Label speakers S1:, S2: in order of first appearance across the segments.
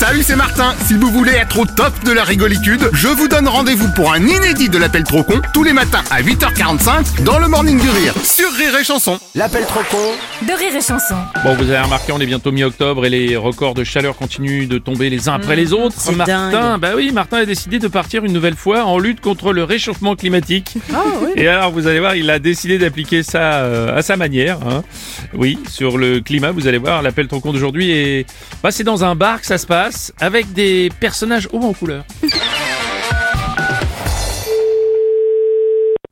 S1: Salut, c'est Martin. Si vous voulez être au top de la rigolitude, je vous donne rendez-vous pour un inédit de l'appel trop con tous les matins à 8h45 dans le Morning du Rire sur Rire et Chanson.
S2: L'appel trop con
S3: de rire et chanson.
S4: Bon, vous avez remarqué, on est bientôt mi-octobre et les records de chaleur continuent de tomber les uns après les autres.
S5: Mmh, c'est
S4: Martin,
S5: dingue.
S4: bah oui, Martin a décidé de partir une nouvelle fois en lutte contre le réchauffement climatique.
S5: Ah,
S4: Et alors, vous allez voir, il a décidé d'appliquer ça euh, à sa manière. hein. Oui, sur le climat, vous allez voir, l'appel trop con d'aujourd'hui et bah c'est dans un bar que ça se passe avec des personnages hauts en couleur.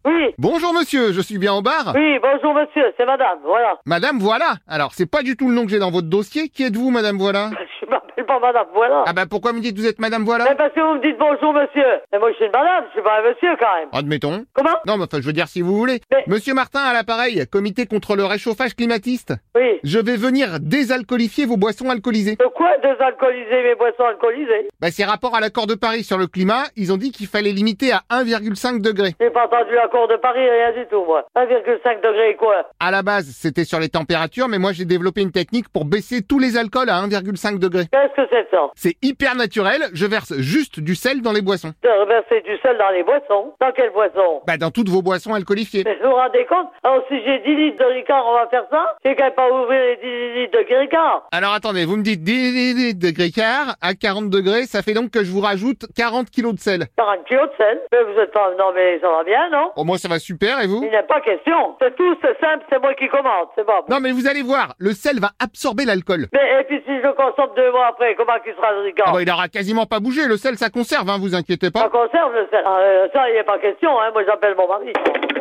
S6: Oui,
S1: Bonjour monsieur, je suis bien au bar
S6: oui, bonjour monsieur, c'est madame, voilà.
S1: Madame Voilà Alors, c'est pas du tout le nom que j'ai dans votre dossier. Qui êtes-vous, Madame Voilà
S6: Je m'appelle pas madame, voilà.
S1: Ah bah pourquoi me dites que vous êtes Madame
S6: Mais
S1: Voilà
S6: parce que vous me dites bonjour monsieur. Mais moi je suis une madame, je suis pas un monsieur quand même.
S1: Admettons.
S6: Comment
S1: Non, mais enfin, je veux dire si vous voulez.
S6: Mais-
S1: Monsieur Martin à l'appareil, comité contre le réchauffage climatiste.
S6: Oui.
S1: Je vais venir désalcoolifier vos boissons alcoolisées.
S6: De quoi désalcooliser mes boissons alcoolisées
S1: Bah, c'est rapport à l'accord de Paris sur le climat, ils ont dit qu'il fallait limiter à 1,5 degré.
S6: J'ai pas entendu l'accord de Paris, rien du tout moi. 1,5 degré et quoi
S1: À la base, c'était sur les températures, mais moi j'ai développé une technique pour baisser tous les alcools à 1,5 degré.
S6: Qu'est-ce que c'est ça
S1: C'est hyper naturel, je verse juste du sel dans les boissons.
S6: De reverser du sel dans les boissons Dans quelle boisson
S1: Bah, dans toutes vos boissons alcoolifiées.
S6: mais vous vous rendez compte Alors si j'ai 10 litres de Ricard, on va faire ça J'ai qu'à pas ouvrir les 10 litres de Ricard
S1: Alors attendez, vous me dites 10 degrés quart à 40 degrés, ça fait donc que je vous rajoute 40 kilos de sel.
S6: 40 kilos de sel Mais vous êtes pas... Non mais ça va bien, non
S1: Au moins ça va super, et vous
S6: Il n'est pas question. C'est tout, c'est simple, c'est moi qui commande, c'est bon.
S1: Non mais vous allez voir, le sel va absorber l'alcool.
S6: Mais et puis si je le consomme deux mois après, comment qu'il sera le Ricard
S1: Ah bah, il aura quasiment pas bougé, le sel ça conserve, hein, vous inquiétez pas.
S6: Ça conserve le sel. Ah, euh, ça, il n'est pas question, hein. Moi, j'appelle mon mari. 40% de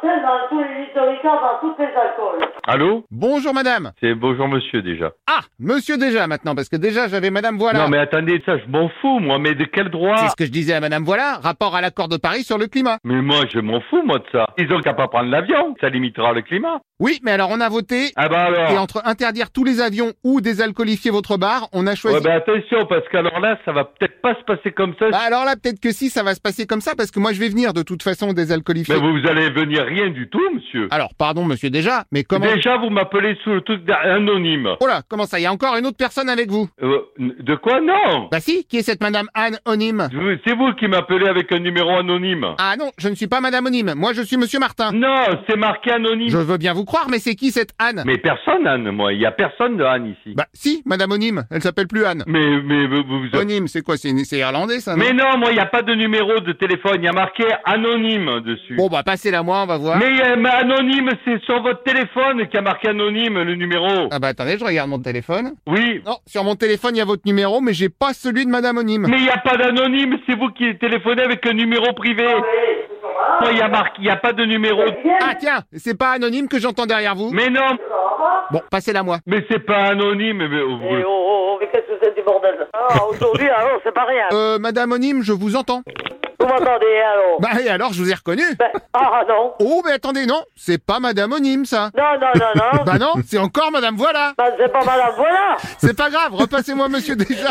S6: sel dans tous les litres de Ricard, dans toutes les alcools.
S7: Allô
S1: Bonjour madame.
S7: C'est bonjour monsieur déjà.
S1: Ah, monsieur déjà maintenant, parce que déjà j'avais madame voilà.
S7: Non mais attendez, ça je m'en fous moi, mais de quel droit
S1: C'est ce que je disais à Madame Voilà, rapport à l'accord de Paris sur le climat.
S7: Mais moi je m'en fous moi de ça. Ils ont qu'à pas prendre l'avion, ça limitera le climat.
S1: Oui, mais alors on a voté,
S7: Ah bah
S1: et
S7: alors
S1: entre interdire tous les avions ou désalcoolifier votre bar, on a choisi...
S7: Ouais bah attention parce qu'alors là ça va peut-être pas se passer comme ça.
S1: Bah alors là, peut-être que si, ça va se passer comme ça, parce que moi je vais venir de toute façon désalcoolifier.
S7: Mais vous, vous allez venir rien du tout monsieur.
S1: Alors, pardon monsieur déjà, mais Ah, comment...
S7: Déjà vous m'appelez sous le truc d'anonyme.
S1: Oh là, comment ça, il y a encore une autre personne avec vous
S7: Euh, n- de quoi non
S1: Bah si, qui est cette Madame Anne Onime
S7: Vous- C'est vous qui m'appelez avec un numéro anonyme.
S1: Ah non, je ne suis pas Madame Onime, moi je suis Monsieur Martin.
S7: Non, c'est marqué anonyme.
S1: Je veux bien vous croire, mais c'est qui cette Anne
S7: Mais personne Anne moi, il y a personne de Anne ici.
S1: Bah si, Madame Onime, elle s'appelle plus Anne.
S7: Mais mais vous, vous, vous-
S1: Onime, c'est quoi, c'est c'est irlandais ça Ah, non
S7: Mais non, moi, il n'y a pas de numéro de téléphone. Il y a marqué anonyme dessus.
S1: Bon bah passez-la moi, on va voir.
S7: Mais, euh, mais anonyme, c'est sur votre téléphone qu'il y a marqué anonyme le numéro.
S1: Ah bah attendez, je regarde mon téléphone.
S7: Oui.
S1: Non, sur mon téléphone, il y a votre numéro, mais j'ai pas celui de Madame Onime.
S7: Mais il n'y a pas d'anonyme, c'est vous qui téléphonez avec un numéro privé. Moi, il y a marqué, il n'y a pas de numéro.
S1: Ah tiens, c'est pas anonyme que j'entends derrière vous.
S7: Mais non,
S1: Bon, passez-la moi.
S7: mais c'est pas anonyme. mais vous-
S6: Et oh, oh, oh, mais qu'est-ce que c'est du bordel Ah, aujourd'hui, alors, c'est pas rien.
S1: Euh, Madame Onime, je vous entends.
S6: Vous m'entendez, hein, alors
S1: Bah et alors, je vous ai reconnu.
S6: Ben, Ah, non.
S1: Oh, mais attendez, non, c'est pas Madame Onime ça.
S6: Non, non, non, non.
S1: Bah non, c'est encore Madame Voilà.
S6: Ben, c'est pas madame, voilà
S1: C'est pas grave, repassez-moi Monsieur déjà.